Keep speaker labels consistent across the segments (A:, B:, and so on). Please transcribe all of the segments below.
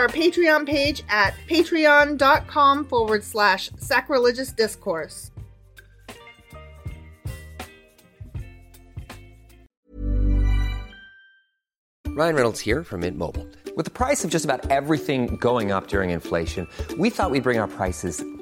A: our Patreon page at patreon.com forward slash sacrilegious discourse.
B: Ryan Reynolds here from Mint Mobile. With the price of just about everything going up during inflation, we thought we'd bring our prices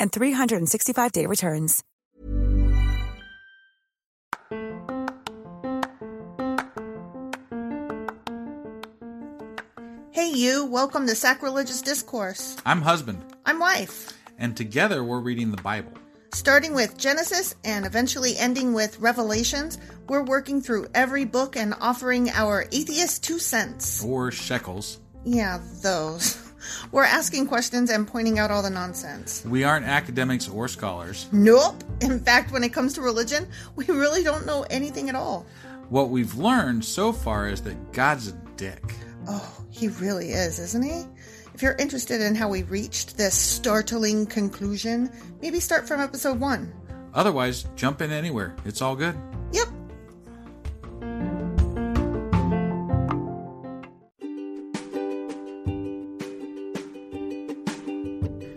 C: and 365-day returns.
A: Hey, you, welcome to Sacrilegious Discourse.
D: I'm husband,
A: I'm Wife,
D: and together we're reading the Bible.
A: starting with Genesis and eventually ending with Revelations. We're working through every book and offering our atheist two cents.
D: Or shekels.
A: Yeah, those. We're asking questions and pointing out all the nonsense.
D: We aren't academics or scholars.
A: Nope. In fact, when it comes to religion, we really don't know anything at all.
D: What we've learned so far is that God's a dick.
A: Oh, he really is, isn't he? If you're interested in how we reached this startling conclusion, maybe start from episode one.
D: Otherwise, jump in anywhere. It's all good.
A: Yep.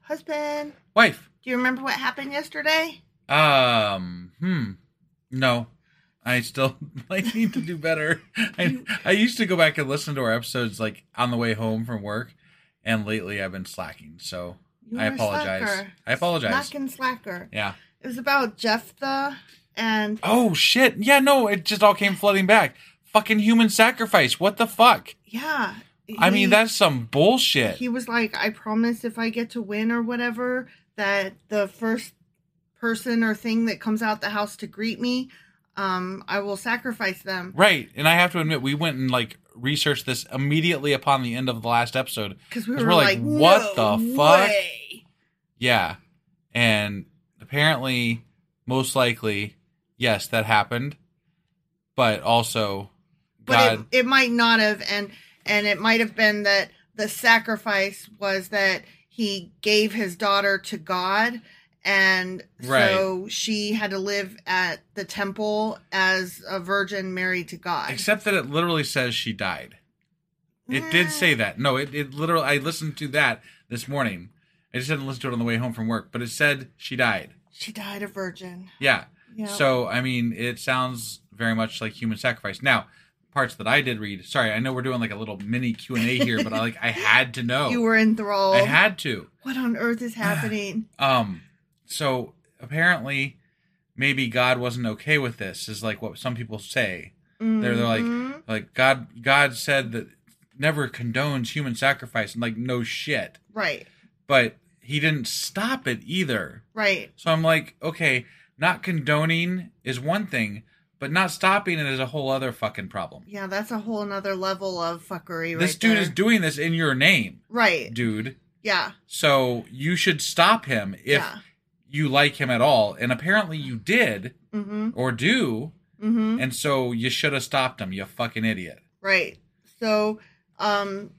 A: Husband,
D: Wife,
A: do you remember what happened yesterday?
D: um, hmm, no. I still I need to do better. I, I used to go back and listen to our episodes like on the way home from work, and lately I've been slacking. So
A: You
D: I
A: were a
D: apologize.
A: slacker.
D: I apologize.
A: Slack and slacker.
D: Yeah.
A: It was about Jephthah and
D: Oh shit! Yeah, no, it just all came flooding back. Fucking human sacrifice. What the fuck?
A: yeah.
D: I
A: he-
D: mean, that's some bullshit.
A: he was like, I promise if I get to win or whatever, that the first person or thing that comes out the house to greet me, um, I will sacrifice them.
D: Right, and I have to admit, we went and like researched this immediately upon the end of the last episode
A: Because we were, like,
D: "What
A: "No
D: the fuck?"
A: way."
D: Yeah, and apparently, most likely, yes, that happened, but also
A: but
D: God.
A: it, it might not have and and it might have been that the sacrifice was that he gave his daughter to god and so she had to live at the temple as a virgin married to god
D: Except that it literally says she died. It did say that. No, it, it literally, I listened to that this morning. I just didn't listen to it on the way home from work, but it said she died.
A: she died a virgin
D: Yeah.
A: Yeah.
D: So, I mean, it sounds very much like human sacrifice. Now, parts that I did read, sorry, I know we're doing like a little mini Q&A here, but I like, I had to know.
A: you were enthralled
D: I had to.
A: what on earth is happening
D: Um, so apparently, maybe God wasn't okay with this. Is like what some people say. They're, they're
A: Mm-hmm.
D: like, like God, God said that never condones human sacrifice, and like no shit,
A: right
D: but He didn't stop it either.
A: right
D: So I'm like, okay, not condoning is one thing, but not stopping it is a whole other fucking problem.
A: yeah that's a whole nother level of fuckery right
D: this dude
A: there.
D: is doing this in your name,
A: right
D: dude.
A: yeah
D: So you should stop him if
A: Yeah.
D: you like him at all. And apparently you did
A: Mm-hmm.
D: or do. And so you should have stopped him, you fucking idiot.
A: Right. So um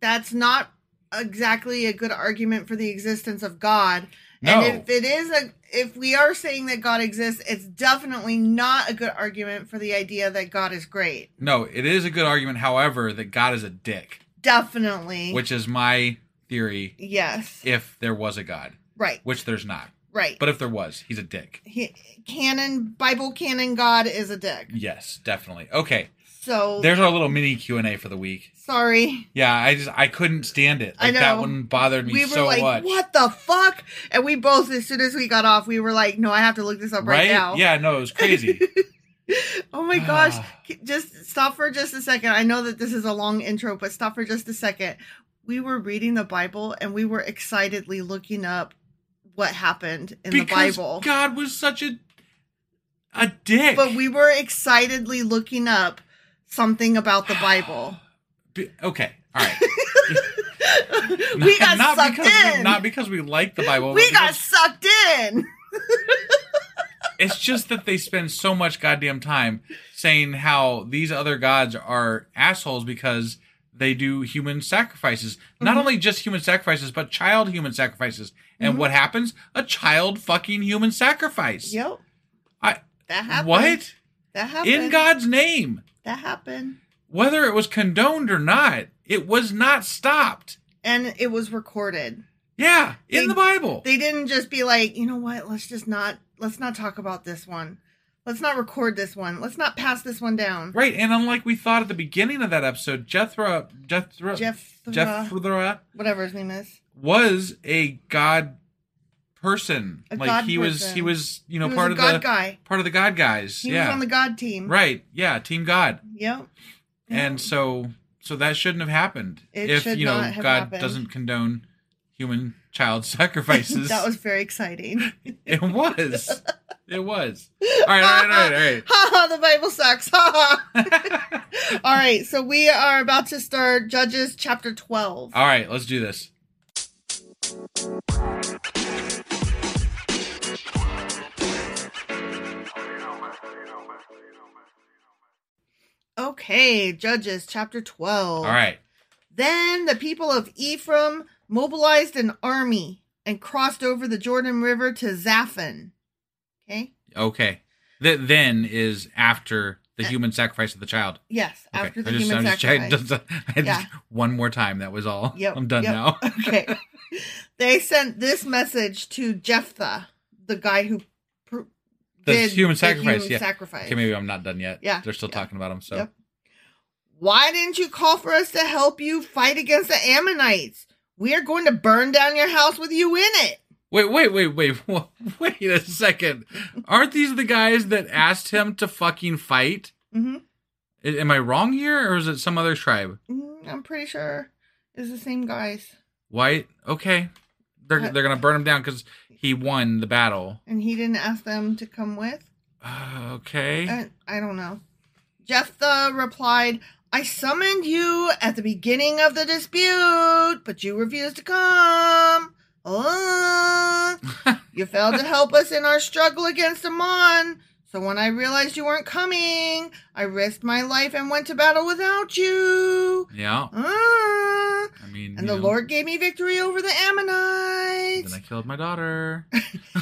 A: that's not exactly a good argument for the existence of God.
D: No.
A: And if it is a if we are saying that God exists, it's definitely not a good argument for the idea that God is great.
D: No, it is a good argument, however, that God is a dick,
A: Definitely.
D: which is my theory
A: yes.
D: if there was a God,
A: right.
D: which there's not.
A: right.
D: But if there was, he's a dick.
A: he, canon Bible canon God is a dick.
D: Yes, definitely. Okay.
A: So
D: There's our little mini Q&A for the week.
A: sorry.
D: Yeah, I just I couldn't stand it.
A: I
D: Like that
A: know.
D: one bothered me
A: we were
D: so
A: like,
D: much.
A: what the fuck? And we both, as soon as we got off, we were like, no, I have to look this up right,
D: Right?
A: now.
D: Yeah, no, it was crazy.
A: Oh my gosh.
D: Ah.
A: C- Just stop for just a second. I know that this is a long intro, but stop for just a second. We were reading the Bible and we were excitedly looking up what happened in the Bible.
D: God was such a a dick.
A: But we were excitedly looking up something about the Bible.
D: Be- okay, all right.
A: We got
D: not
A: sucked
D: because we-
A: in.
D: not because we like the Bible.
A: we
D: but
A: got
D: because
A: sucked in.
D: It's just that they spend so much goddamn time saying how these other gods are assholes because they do human sacrifices.
A: Mm-hmm.
D: Not only just human sacrifices, but child human sacrifices. And what happens? A child fucking human sacrifice.
A: Yep.
D: I,
A: That happened.
D: what?
A: That happened.
D: In God's name.
A: That happened.
D: Whether it was condoned or not, it was not stopped.
A: And it was recorded.
D: Yeah, in
A: They-
D: the Bible.
A: they didn't just be like, you know what? Let's just not let's not talk about this one. Let's not record this one. Let's not pass this one down.
D: right, and unlike we thought at the beginning of that episode, Jethro, Jethro,
A: Jethro.
D: Jethro
A: Whatever his name is.
D: was a god person.
A: A
D: like
A: god
D: he was,
A: person.
D: he was, you know,
A: He was
D: part
A: a
D: of
A: god
D: the
A: guy.
D: part of the god guys.
A: He
D: yeah,
A: was on the God team.
D: right. Yeah, team God,
A: Yep.
D: and so so that shouldn't have happened.
A: It
D: if
A: should
D: you know
A: not have
D: God
A: happened.
D: doesn't condone human child sacrifices,
A: That was very exciting.
D: it was. It was. All right, all right, all right, all right.
A: Ha ha, the Bible sucks. Ha ha. All right, so we are about to start Judges chapter 12.
D: All right, let's do this.
A: Okay, Judges chapter 12.
D: All right.
A: Then the people of Ephraim mobilized an army and crossed over the Jordan River to Zaphon. Okay?
D: Okay. That then is after the
A: Eh.
D: human sacrifice of the child.
A: Yes,
D: Okay.
A: after the
D: I just,
A: human
D: I'm just checking-
A: sacrifice.
D: just- I just-
A: Yeah.
D: one more time. That was all.
A: Yep,
D: I'm done
A: yep.
D: now.
A: okay. They sent this message to Jephthah, the guy who pr-
D: The
A: did
D: human
A: the
D: sacrifice.
A: human
D: yeah.
A: sacrifice.
D: Okay, maybe I'm not done yet.
A: Yeah,
D: They're still
A: yeah.
D: talking about him. So
A: Yep. Why didn't you call for us to help you fight against the Ammonites? We are going to burn down your house with you in it.
D: wait, wait, wait, wait, wha- wait a second. Aren't these the guys that asked him to fucking fight?
A: Mhm.
D: A- Am I wrong here, or is it some other tribe?
A: Mm, I'm pretty sure it's the same guys.
D: Why? Okay, they're
A: What?
D: they're gonna burn him down because he won the battle.
A: And he didn't ask them to come with?
D: Uh, okay.
A: I, I don't know. Jephthah replied, I summoned you at the beginning of the dispute, but you refused to come. Uh, Ah, you failed to help us in our struggle against Ammon, So when I realized you weren't coming, I risked my life and went to battle without you.
D: Yeah.
A: Ah.
D: I mean,
A: And
D: you
A: the
D: know,
A: Lord gave me victory over the Ammonites.
D: Then I killed my daughter.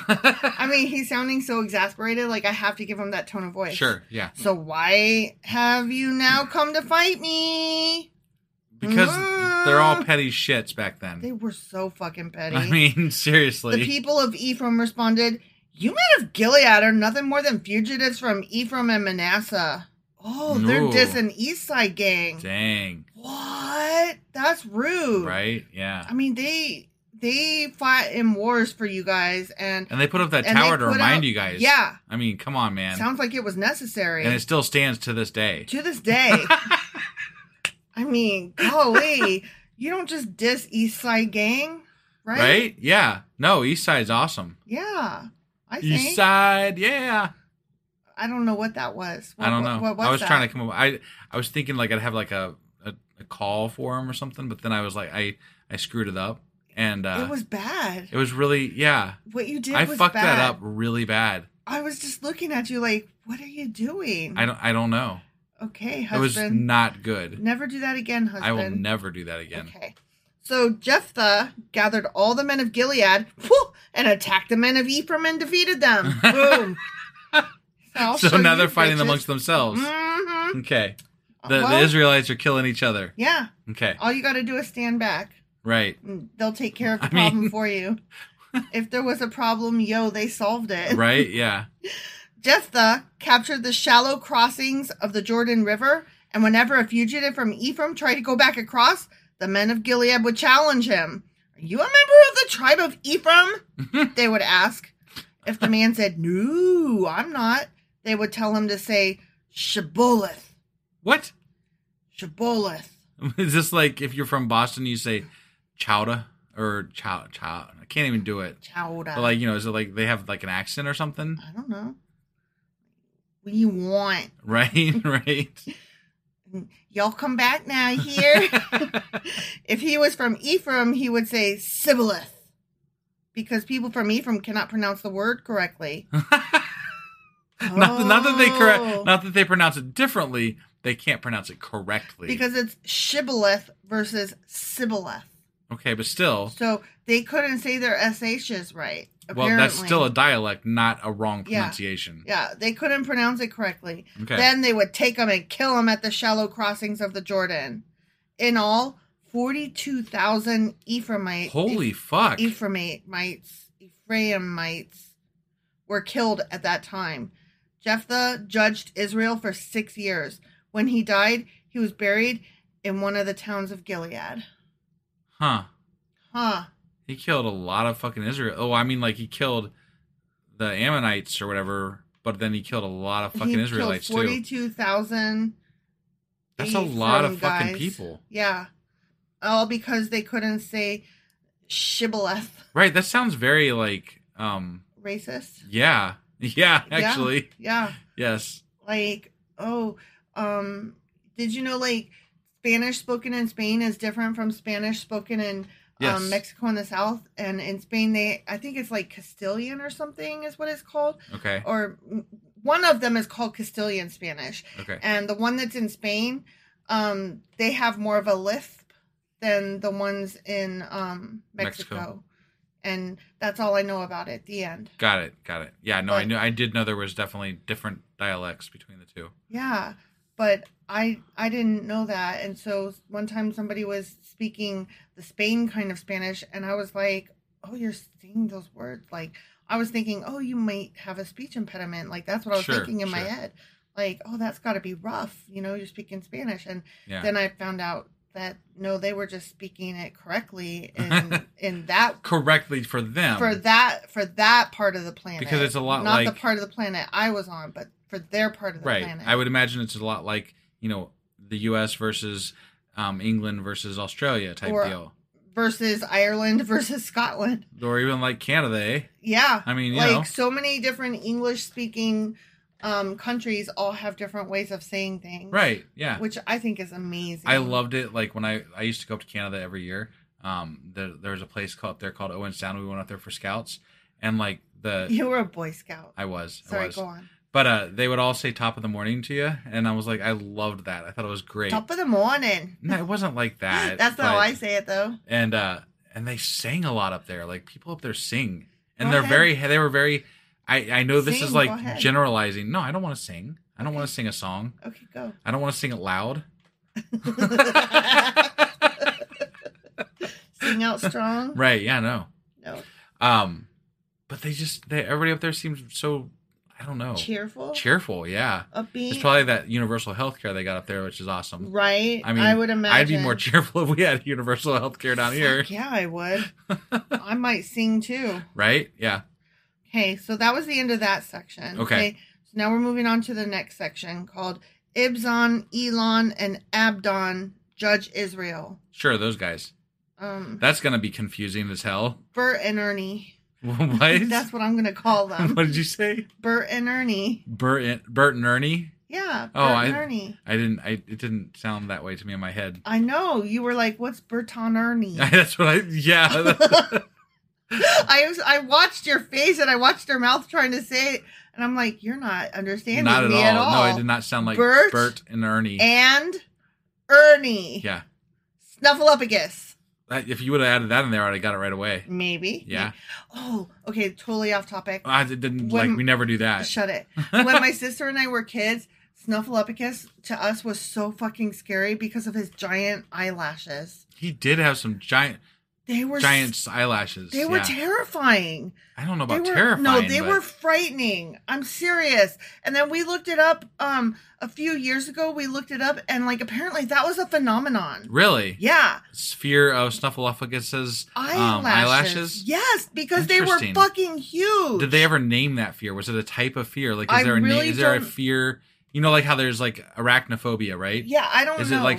A: I mean, he's sounding so exasperated. Like I have to give him that tone of voice.
D: sure. Yeah.
A: So why have you now come to fight me?
D: Because they're all
A: Mm.
D: petty shits back then.
A: They were so fucking petty.
D: I mean, seriously.
A: the people of Ephraim responded, "You men of Gilead are nothing more than fugitives from Ephraim and Manasseh." Oh, they're
D: Ooh.
A: dissing East Side Gang.
D: Dang.
A: What? That's rude.
D: Right? Yeah.
A: I mean, they they fought in wars for you guys, and
D: and they put up that
A: and they
D: tower to
A: put
D: remind
A: out-
D: you guys.
A: Yeah.
D: I mean, come on, man.
A: sounds like it was necessary.
D: and it still stands to this day.
A: to this day. I mean, golly, you don't just diss East Side Gang, right?
D: Right? Yeah. No, East Side's awesome.
A: Yeah, I think.
D: East Side, yeah.
A: I don't know what that was. What,
D: I don't
A: what-
D: know.
A: What, was
D: I was
A: that?
D: trying to come up. I I was thinking like I'd have like a, a, a call for him or something, but then I was like I I screwed it up and uh,
A: it was bad.
D: it was really yeah.
A: what you did
D: I
A: was
D: fucked
A: bad.
D: that up really bad.
A: I was just looking at you like, what are you doing?
D: I don't I don't know.
A: okay,
D: It was
A: husband.
D: not good.
A: Never do that again, husband.
D: I will never do that again.
A: Okay. So Jephthah gathered all the men of Gilead whew, and attacked the men of Ephraim and defeated them. Boom. I'll
D: so
A: show
D: now
A: you
D: they're fighting
A: bitches.
D: amongst themselves.
A: Mhm.
D: Okay. The, the
A: Well-
D: Israelites are killing each other.
A: Yeah.
D: Okay.
A: All you got to do is stand back.
D: Right.
A: and They'll take care of the
D: I mean-
A: problem for you. If there was a problem, yo, they solved it.
D: Right. Yeah.
A: Jephthah captured the shallow crossings of the Jordan River, and whenever a fugitive from Ephraim tried to go back across, the men of Gilead would challenge him. Are you a member of the tribe of Ephraim? they would ask. If the man said, No, I'm not, they would tell him to say, Shibboleth,
D: What?
A: Shibboleth.
D: Is this like if you're from Boston, you say chowda or chow chow? I can't even do it.
A: Chowda.
D: But like you know, is it like they have like an accent or something?
A: I don't know. What do you want?
D: Right. Right.
A: Y'all come back now here. if he was from Ephraim, he would say Sibboleth. Because people from Ephraim cannot pronounce the word correctly.
D: Not, not that they
A: Oh.
D: correct. Not that they pronounce it differently. They can't pronounce it correctly.
A: Because it's Shibboleth versus Sibboleth.
D: okay, but still,
A: So they couldn't say their SHs right.
D: well, that's still a dialect, not a wrong
A: Yeah.
D: pronunciation.
A: Yeah, they couldn't pronounce it correctly.
D: Okay.
A: Then they would take them and kill them at the shallow crossings of the Jordan. In all, 42,000 Ephraimites.
D: Holy fuck!
A: Ephraimites, Ephraimites were killed at that time. Jephthah judged Israel for six years. When he died, he was buried in one of the towns of Gilead.
D: Huh?
A: Huh.
D: He killed a lot of fucking Israel. Oh, I mean, like he killed the Ammonites or whatever, but then he killed a lot of
A: He
D: fucking
A: killed
D: Israelites too.
A: 42,000
D: That's a lot of
A: Ephraim
D: fucking
A: guys.
D: people.
A: Yeah. All because they couldn't say shibboleth.
D: Right? That sounds very like, um,
A: Racist.
D: yeah, yeah.
A: Yeah,
D: Actually,
A: Yeah.
D: yes.
A: Like, oh, um, did you know like Spanish spoken in Spain is different from Spanish spoken in
D: Yes.
A: um, Mexico in the South? And in Spain, they, I think it's like Castilian or something is what it's called.
D: Okay.
A: Or mm, one of them is called Castilian Spanish.
D: Okay.
A: And the one that's in Spain, um, they have more of a lisp than the ones in um, Mexico.
D: Mexico.
A: And that's all I know about it. The end.
D: Got it. Got it. Yeah. No, I
A: But-
D: knew. I did know there was definitely different dialects between the two.
A: Yeah, but I I didn't know that, and so one time somebody was speaking the Spain kind of Spanish, and I was like, "Oh, you're saying those words." Like I was thinking, "Oh, you might have a speech impediment." Like that's what I was
D: Sure,
A: thinking in my
D: sure.
A: head. Like, "Oh, that's got to be rough." You know, you're speaking Spanish, and
D: Yeah.
A: then I found out that no, they were just speaking it correctly in in that
D: Correctly for them.
A: for that for that part of the planet
D: Because it's a lot
A: not the
D: like-
A: part of the planet I was on, but for their part of the
D: right.
A: planet.
D: I would imagine it's a lot like you know the U.S. versus um, England versus Australia type
A: Or-
D: deal,
A: versus Ireland versus Scotland.
D: or even like Canada. Eh?
A: Yeah.
D: I mean, you
A: like
D: know.
A: so many different English speaking um, countries all have different ways of saying things.
D: Right. Yeah.
A: Which I think is amazing.
D: I loved it. Like when I I used to go up to Canada every year. Um, there, there was a place called up there called Owen Sound. We went out there for scouts, and like the
A: You were a Boy Scout.
D: I was
A: Sorry,
D: I was
A: go on.
D: But uh, they would all say "top of the morning" to you, and I was like, I loved that. I thought it was great.
A: Top of the morning.
D: no, it wasn't like that.
A: That's not
D: but-
A: how I say it though.
D: and uh and they sang a lot up there like people up there sing and
A: Go
D: they're
A: ahead.
D: very they were very i i know this
A: Sing,
D: is
A: go
D: like
A: ahead.
D: generalizing no i don't want to sing i don't want to sing a song
A: Okay, go.
D: i don't want to sing it loud
A: Sing out strong.
D: right yeah no
A: No.
D: um but they just they everybody up there seems so i don't know
A: Cheerful.
D: cheerful yeah
A: Upbeat.
D: Oh. it's probably that universal health care they got up there which is awesome
A: right.
D: i mean
A: I would imagine.
D: i'd be more cheerful if we had universal health care down here
A: Fuck Yeah, I would. I might sing too.
D: right yeah
A: Okay, so that was the end of that section.
D: Okay.
A: So now we're moving on to the next section called Ibzan, Elon, and Abdon Judge Israel.
D: sure those guys
A: Um,
D: that's gonna be confusing as hell
A: Bert and Ernie.
D: what
A: That's what I'm gonna call them.
D: what did you say?
A: Bert and Ernie.
D: Bert and, Bert and Ernie?
A: Yeah. Bert
D: Oh,
A: and
D: I-
A: Ernie.
D: I didn't. I it didn't sound that way to me in my head.
A: I know you were like, "What's Bert and Ernie?"
D: That's what I. Yeah.
A: I was. I watched your face and I watched her mouth trying to say it, and I'm like, "You're not understanding
D: not at
A: me
D: all.
A: at all."
D: No, I did not sound like Bert,
A: Bert
D: and Ernie.
A: And Ernie.
D: yeah.
A: Snuffleupagus.
D: That- if you would have added that in there, I'd have got it right away.
A: Maybe.
D: Yeah.
A: Oh, okay. Totally off topic.
D: I did- didn't
A: When-
D: like. We never do that.
A: Shut it. when my sister and I were kids, Snuffleupagus to us was so fucking scary because of his giant eyelashes.
D: he did have some giant,
A: They were s-
D: giant eyelashes.
A: They were
D: yeah.
A: terrifying.
D: I don't know
A: They
D: about
A: were
D: terrifying.
A: no, they
D: but-
A: were frightening. I'm serious. And then we looked it up um a few years ago. We looked it up and like apparently that was a phenomenon.
D: really.
A: Yeah.
D: Sphere of Snuffleupagus's
A: Eyelashes.
D: um, eyelashes.
A: Yes, because they were
D: Interesting.
A: fucking huge.
D: Did they ever name that fear? Was it a type of fear? Like, is
A: I
D: there a name?
A: really
D: Is there a
A: don't-
D: fear? You know, like how there's like arachnophobia, right?
A: Yeah, I don't
D: Is
A: know.
D: it like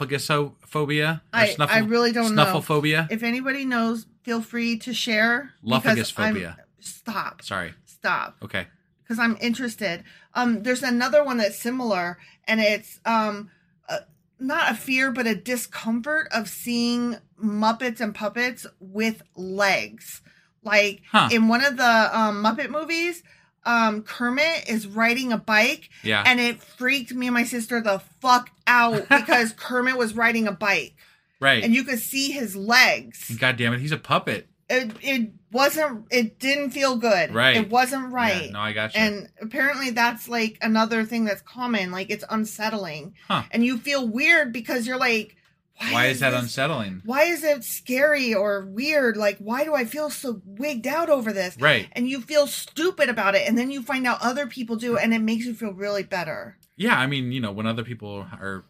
D: snuffleupagusophobia? Or
A: I- I really don't know.
D: Snufflephobia.
A: If anybody knows, feel free to share. because
D: Lophagophobia.
A: I'm- Stop.
D: Sorry.
A: Stop.
D: Okay.
A: Because I'm interested. Um, there's another one that's similar, and it's um, uh, not a fear, but a discomfort of seeing Muppets and puppets with legs. Like
D: Huh.
A: in one of the um, Muppet movies, um, Kermit is riding a bike,
D: Yeah.
A: and it freaked me and my sister the fuck out because Kermit was riding a bike
D: Right.
A: and you could see his legs.
D: God damn it, he's a puppet.
A: It, it wasn't. It didn't feel good.
D: Right.
A: It wasn't right.
D: Yeah, no, I got you.
A: And apparently, that's like another thing that's common. Like it's unsettling,
D: Huh.
A: and you feel weird because you're like, why,
D: Why is that
A: this-
D: unsettling?
A: Why is it scary or weird? Like, why do I feel so wigged out over this?
D: Right.
A: And you feel stupid about it, and then you find out other people do, and it makes you feel really better.
D: Yeah, I mean, you know, when other people are,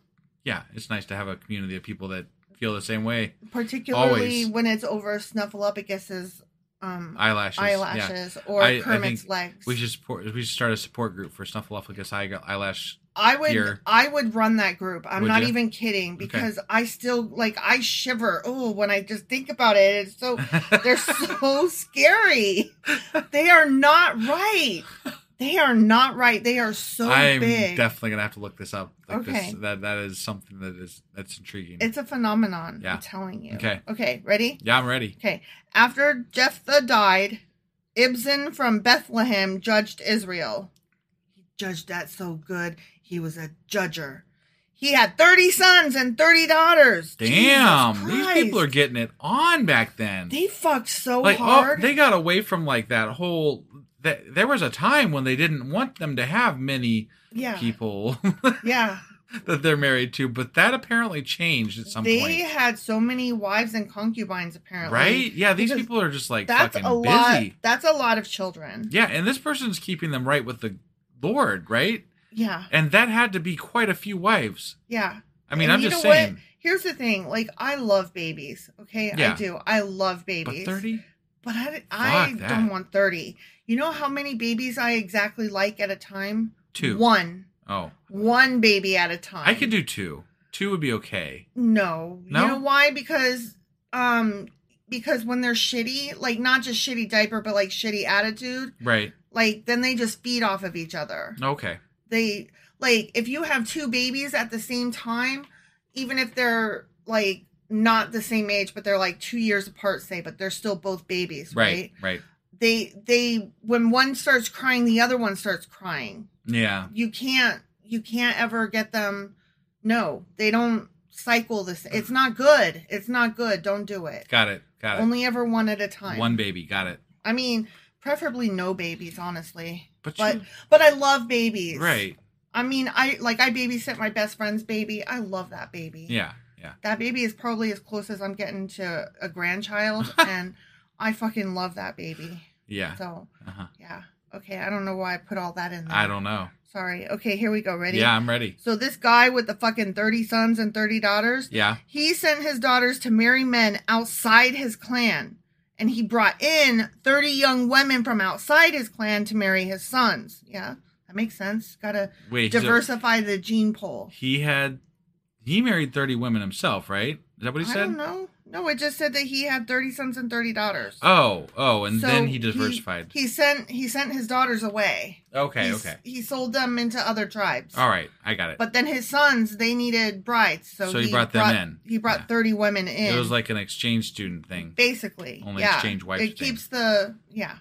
D: yeah, it's nice to have a community of people that feel the same way.
A: Particularly
D: Always.
A: when it's over Snuffleupagus's um,
D: Eyelashes. yeah.
A: Eyelashes or Kermit's
D: think
A: legs.
D: We should support. We should start a support group for snuffleupagus eye- eyelash
A: I would
D: Here.
A: I would run that group. I'm
D: Would
A: not
D: ya?
A: even kidding because I still like I shiver. Oh, when I just think about it, it's so they're so scary. They are not right. They are not right. They are so
D: I'm
A: big.
D: definitely gonna have to look this up. Like
A: Okay.
D: this, that that is something that is that's intriguing.
A: it's a phenomenon.
D: Yeah.
A: I'm telling you.
D: Okay.
A: Okay. Ready?
D: yeah, I'm ready.
A: Okay. After Jephthah died, Ibzan from Bethlehem judged Israel. He judged that so good. He was a judger. He had 30 sons and 30 daughters.
D: Damn,
A: Jesus
D: these
A: Christ.
D: people are getting it on back then.
A: They fucked so
D: like,
A: hard.
D: oh, they got away from like that whole. That there was a time when they didn't want them to have many
A: yeah.
D: people
A: Yeah.
D: that they're married to, but that apparently changed at some
A: They
D: point,
A: had so many wives and concubines, apparently.
D: right? Yeah, these
A: Because
D: people are just like
A: That's
D: fucking
A: a
D: busy.
A: lot. That's a lot of children.
D: Yeah, and this person's keeping them right with the Lord, right?
A: Yeah.
D: And that had to be quite a few wives.
A: Yeah.
D: I mean,
A: And
D: I'm
A: you
D: just
A: know what?
D: saying.
A: Here's the thing. Like, I love babies. Okay.
D: Yeah.
A: I do. I love
D: But
A: babies.
D: 30?
A: But I, I
D: Fuck that.
A: don't want 30. You know how many babies I exactly like at a time?
D: Two.
A: One.
D: Oh.
A: One baby at a time.
D: I could do two. Two would be okay.
A: No.
D: No?
A: You know why? Because um because when they're shitty, like not just shitty diaper, but like shitty attitude,
D: Right.
A: like then they just feed off of each other.
D: Okay.
A: They like if you have two babies at the same time, even if they're like not the same age, but they're like two years apart, say, but they're still both babies,
D: Right. Right.
A: they they when one starts crying, the other one starts crying.
D: Yeah.
A: You can't you can't ever get them. No, they don't cycle this. It's not good. It's not good. Don't do it.
D: Got it. Got it.
A: Only ever one at a time.
D: One baby. Got it.
A: I mean, preferably no babies, honestly.
D: But
A: But but,
D: you-
A: I love babies.
D: Right.
A: I mean, I like I babysit my best friend's baby. I love that baby.
D: Yeah. Yeah.
A: That baby is probably as close as I'm getting to a grandchild, and I fucking love that baby.
D: Yeah.
A: So
D: Uh-huh.
A: yeah. Okay, I don't know why I put all that in there.
D: I don't know.
A: Sorry. Okay, here we go. Ready?
D: Yeah, I'm ready.
A: So this guy with the fucking 30 sons and 30 daughters,
D: Yeah.
A: he sent his daughters to marry men outside his clan. And he brought in 30 young women from outside his clan to marry his sons. Yeah, that makes sense. Got to
D: Wait, so-
A: diversify the gene pool.
D: He had he married 30 women himself, right? Is that what he
A: I
D: said?
A: don't know. No, it just said that he had 30 sons and 30 daughters.
D: Oh, oh, and
A: So
D: then he diversified.
A: He, sent he sent his daughters away.
D: okay,
A: He s-
D: okay.
A: He sold them into other tribes.
D: All right, I got it.
A: But then his sons, they needed brides, so,
D: So he brought them in.
A: He brought
D: Yeah.
A: thirty women in.
D: it was like an exchange student thing.
A: basically
D: only
A: yeah.
D: exchange wives
A: It
D: thing.
A: keeps the yeah,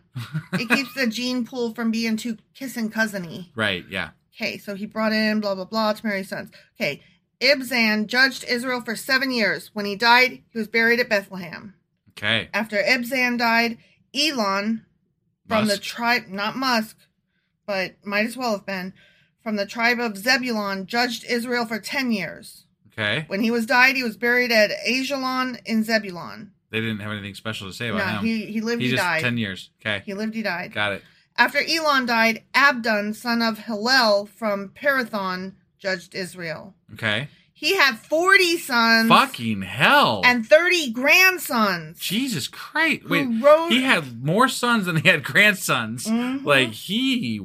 A: it keeps the gene pool from being too kiss and cousiny.
D: Right, yeah.
A: Okay, so he brought in blah blah blah to Mary's sons. Okay, Ibzan judged Israel for seven years. When he died, he was buried at Bethlehem.
D: Okay.
A: After Ibzan died, Elon from the
D: Musk.
A: tribe, not Musk, but might as well have been, from the tribe of Zebulon, judged Israel for 10 years.
D: Okay.
A: When he was died, he was buried at Ajalon in Zebulon.
D: They didn't have anything special to say about
A: No,
D: him.
A: he, he lived,
D: He
A: he,
D: just
A: died.
D: 10 years. Okay.
A: He lived, he died.
D: Got it.
A: After Elon died, Abdon, son of Hillel from Parathon, judged Israel.
D: Okay.
A: He had 40 sons
D: Fucking hell.
A: and 30 grandsons.
D: Jesus Christ.
A: Who
D: Wait,
A: wrote- Mm-hmm.
D: he had more sons than he had grandsons. Like he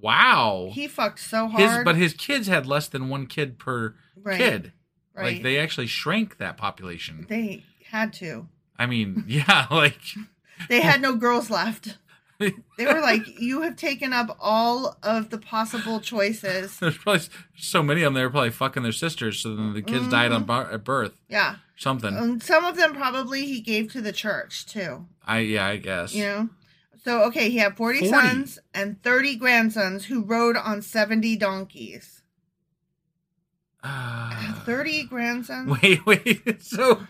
D: wow.
A: He fucked so hard.
D: his but his kids had less than one kid per
A: Right,
D: kid.
A: right.
D: Like they actually shrank that population.
A: they had to.
D: I mean, yeah, like
A: They had no girls left. They were like, "You have taken up all of the possible choices."
D: there's probably so many of them. They were probably fucking their sisters, so then the kids died on bar- at birth.
A: Yeah,
D: Something.
A: and some of them probably he gave to the church too.
D: I yeah, I guess.
A: You know, so okay, he had forty,
D: 40.
A: sons and thirty grandsons who rode on seventy donkeys.
D: Ah.
A: Thirty grandsons.
D: wait, wait. So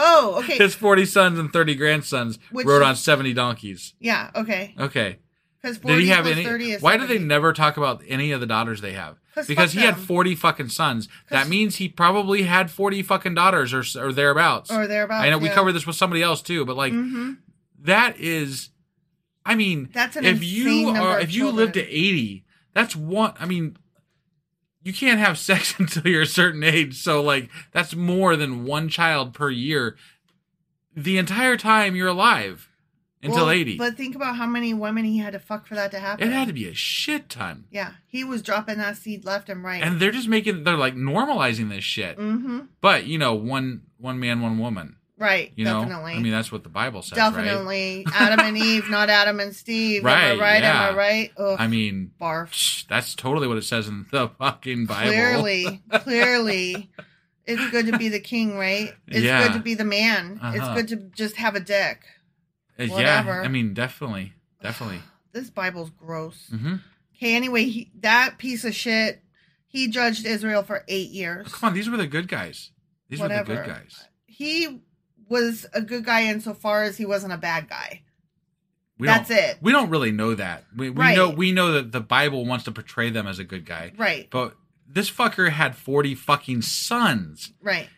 A: Oh, okay.
D: his forty sons and thirty grandsons
A: Which-
D: rode on seventy donkeys.
A: yeah, okay.
D: Okay.
A: Because
D: Did
A: forty
D: he have
A: plus thirty
D: any?
A: is
D: Why do they
A: 70.
D: never talk about any of the daughters they have?
A: 'Cause
D: Because he
A: fuck
D: had
A: them.
D: forty fucking sons. That means he probably had forty fucking daughters or s- or thereabouts.
A: Or thereabouts,
D: I know we
A: yeah. Mm-hmm.
D: covered this with somebody else too, but like that is, I mean,
A: That's an
D: if you
A: insane number
D: are
A: of
D: if you live to
A: children.
D: eighty, that's one. I mean, you can't have sex until you're a certain age. So like that's more than one child per year. The entire time you're alive until
A: Well,
D: eighty.
A: But think about how many women he had to fuck for that to happen.
D: It had to be a shit ton.
A: Yeah, he was dropping that seed left and right.
D: And they're just making they're like normalizing this shit.
A: mm-hmm.
D: But you know, one one man, one woman.
A: Right.
D: You know,
A: definitely.
D: I mean that's what the Bible says, right?
A: definitely. Adam and Eve, not Adam and Steve.
D: Right.
A: Am I right?
D: yeah.
A: Am I right? Ugh,
D: I mean,
A: barf.
D: psh, that's totally what it says in the fucking Bible.
A: Clearly, clearly, it's good to be the king, right? It's
D: Yeah.
A: good to be the man.
D: Uh-huh.
A: It's good to just have a dick.
D: Uh, yeah.
A: whatever.
D: I mean, definitely, definitely.
A: This Bible's gross.
D: hmm
A: Okay. Anyway, he, that piece of shit. He judged Israel for eight years.
D: Come on, these were the good guys. These were the
A: Whatever.
D: good guys.
A: He was a good guy insofar as he wasn't a bad guy.
D: We
A: That's
D: don't-
A: it.
D: We don't really know that. We, we
A: Right.
D: know we know that the Bible wants to portray them as a good guy.
A: Right.
D: But this fucker had forty fucking sons.
A: Right.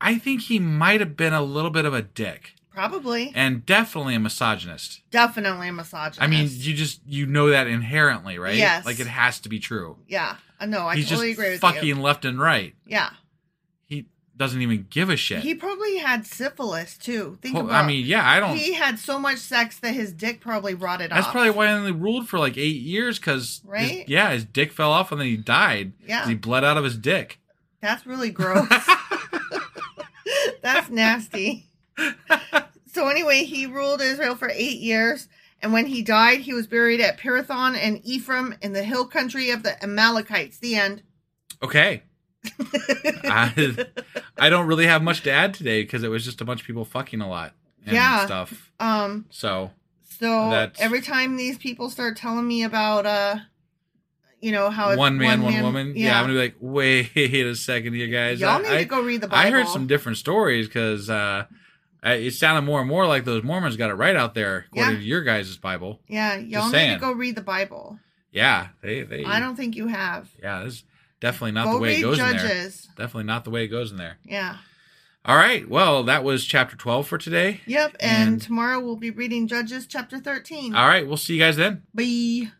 D: I think he might have been a little bit of a dick
A: Probably.
D: and definitely a misogynist.
A: Definitely a misogynist.
D: I mean, you just you know that inherently, right?
A: Yes.
D: Like it has to be true.
A: yeah. I know. I
D: He's
A: totally
D: just
A: agree with
D: fucking
A: you.
D: left and right.
A: Yeah.
D: He doesn't even give a shit.
A: He probably had syphilis too. Think
D: Well,
A: about.
D: I mean, yeah, I don't.
A: He had so much sex that his dick probably rotted
D: that's
A: off.
D: probably why he only ruled for like eight years because
A: Right?
D: yeah, his dick fell off and then he died.
A: Yeah.
D: 'cause he bled out of his dick.
A: That's really gross. That's nasty. so anyway, he ruled Israel for eight years, and when he died, he was buried at Pirathon and Ephraim in the hill country of the Amalekites. The end.
D: Okay. I, I don't really have much to add today because it was just a bunch of people fucking a lot and
A: Yeah.
D: stuff.
A: Um.
D: So
A: So
D: That's-
A: every time these people start telling me about, uh, you know how it's
D: one man, one, woman. Yeah. I'm gonna be like, wait a second, you guys.
A: Y'all
D: I-
A: need
D: I-
A: to go read the
D: I heard
A: Bible.
D: some different stories because uh, I- it sounded more and more like those Mormons got it right out there according
A: Yeah.
D: to your guys' Bible.
A: yeah, y'all
D: Just
A: need to
D: saying.
A: go read the Bible.
D: Yeah, they they.
A: I don't think you have.
D: Yeah, this is definitely not
A: go
D: the way
A: read
D: it goes in there.
A: Judges.
D: Definitely not the way it goes in there.
A: Yeah.
D: All right. Well, that was chapter twelve for today.
A: Yep. And,
D: And-
A: tomorrow we'll be reading Judges chapter thirteen.
D: All right. We'll see you guys then.
A: Bye.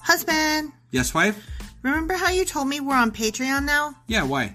A: Husband,
D: Yes, wife.
A: remember how you told me we're on Patreon now?
D: Yeah. Why?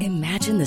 E: Imagine the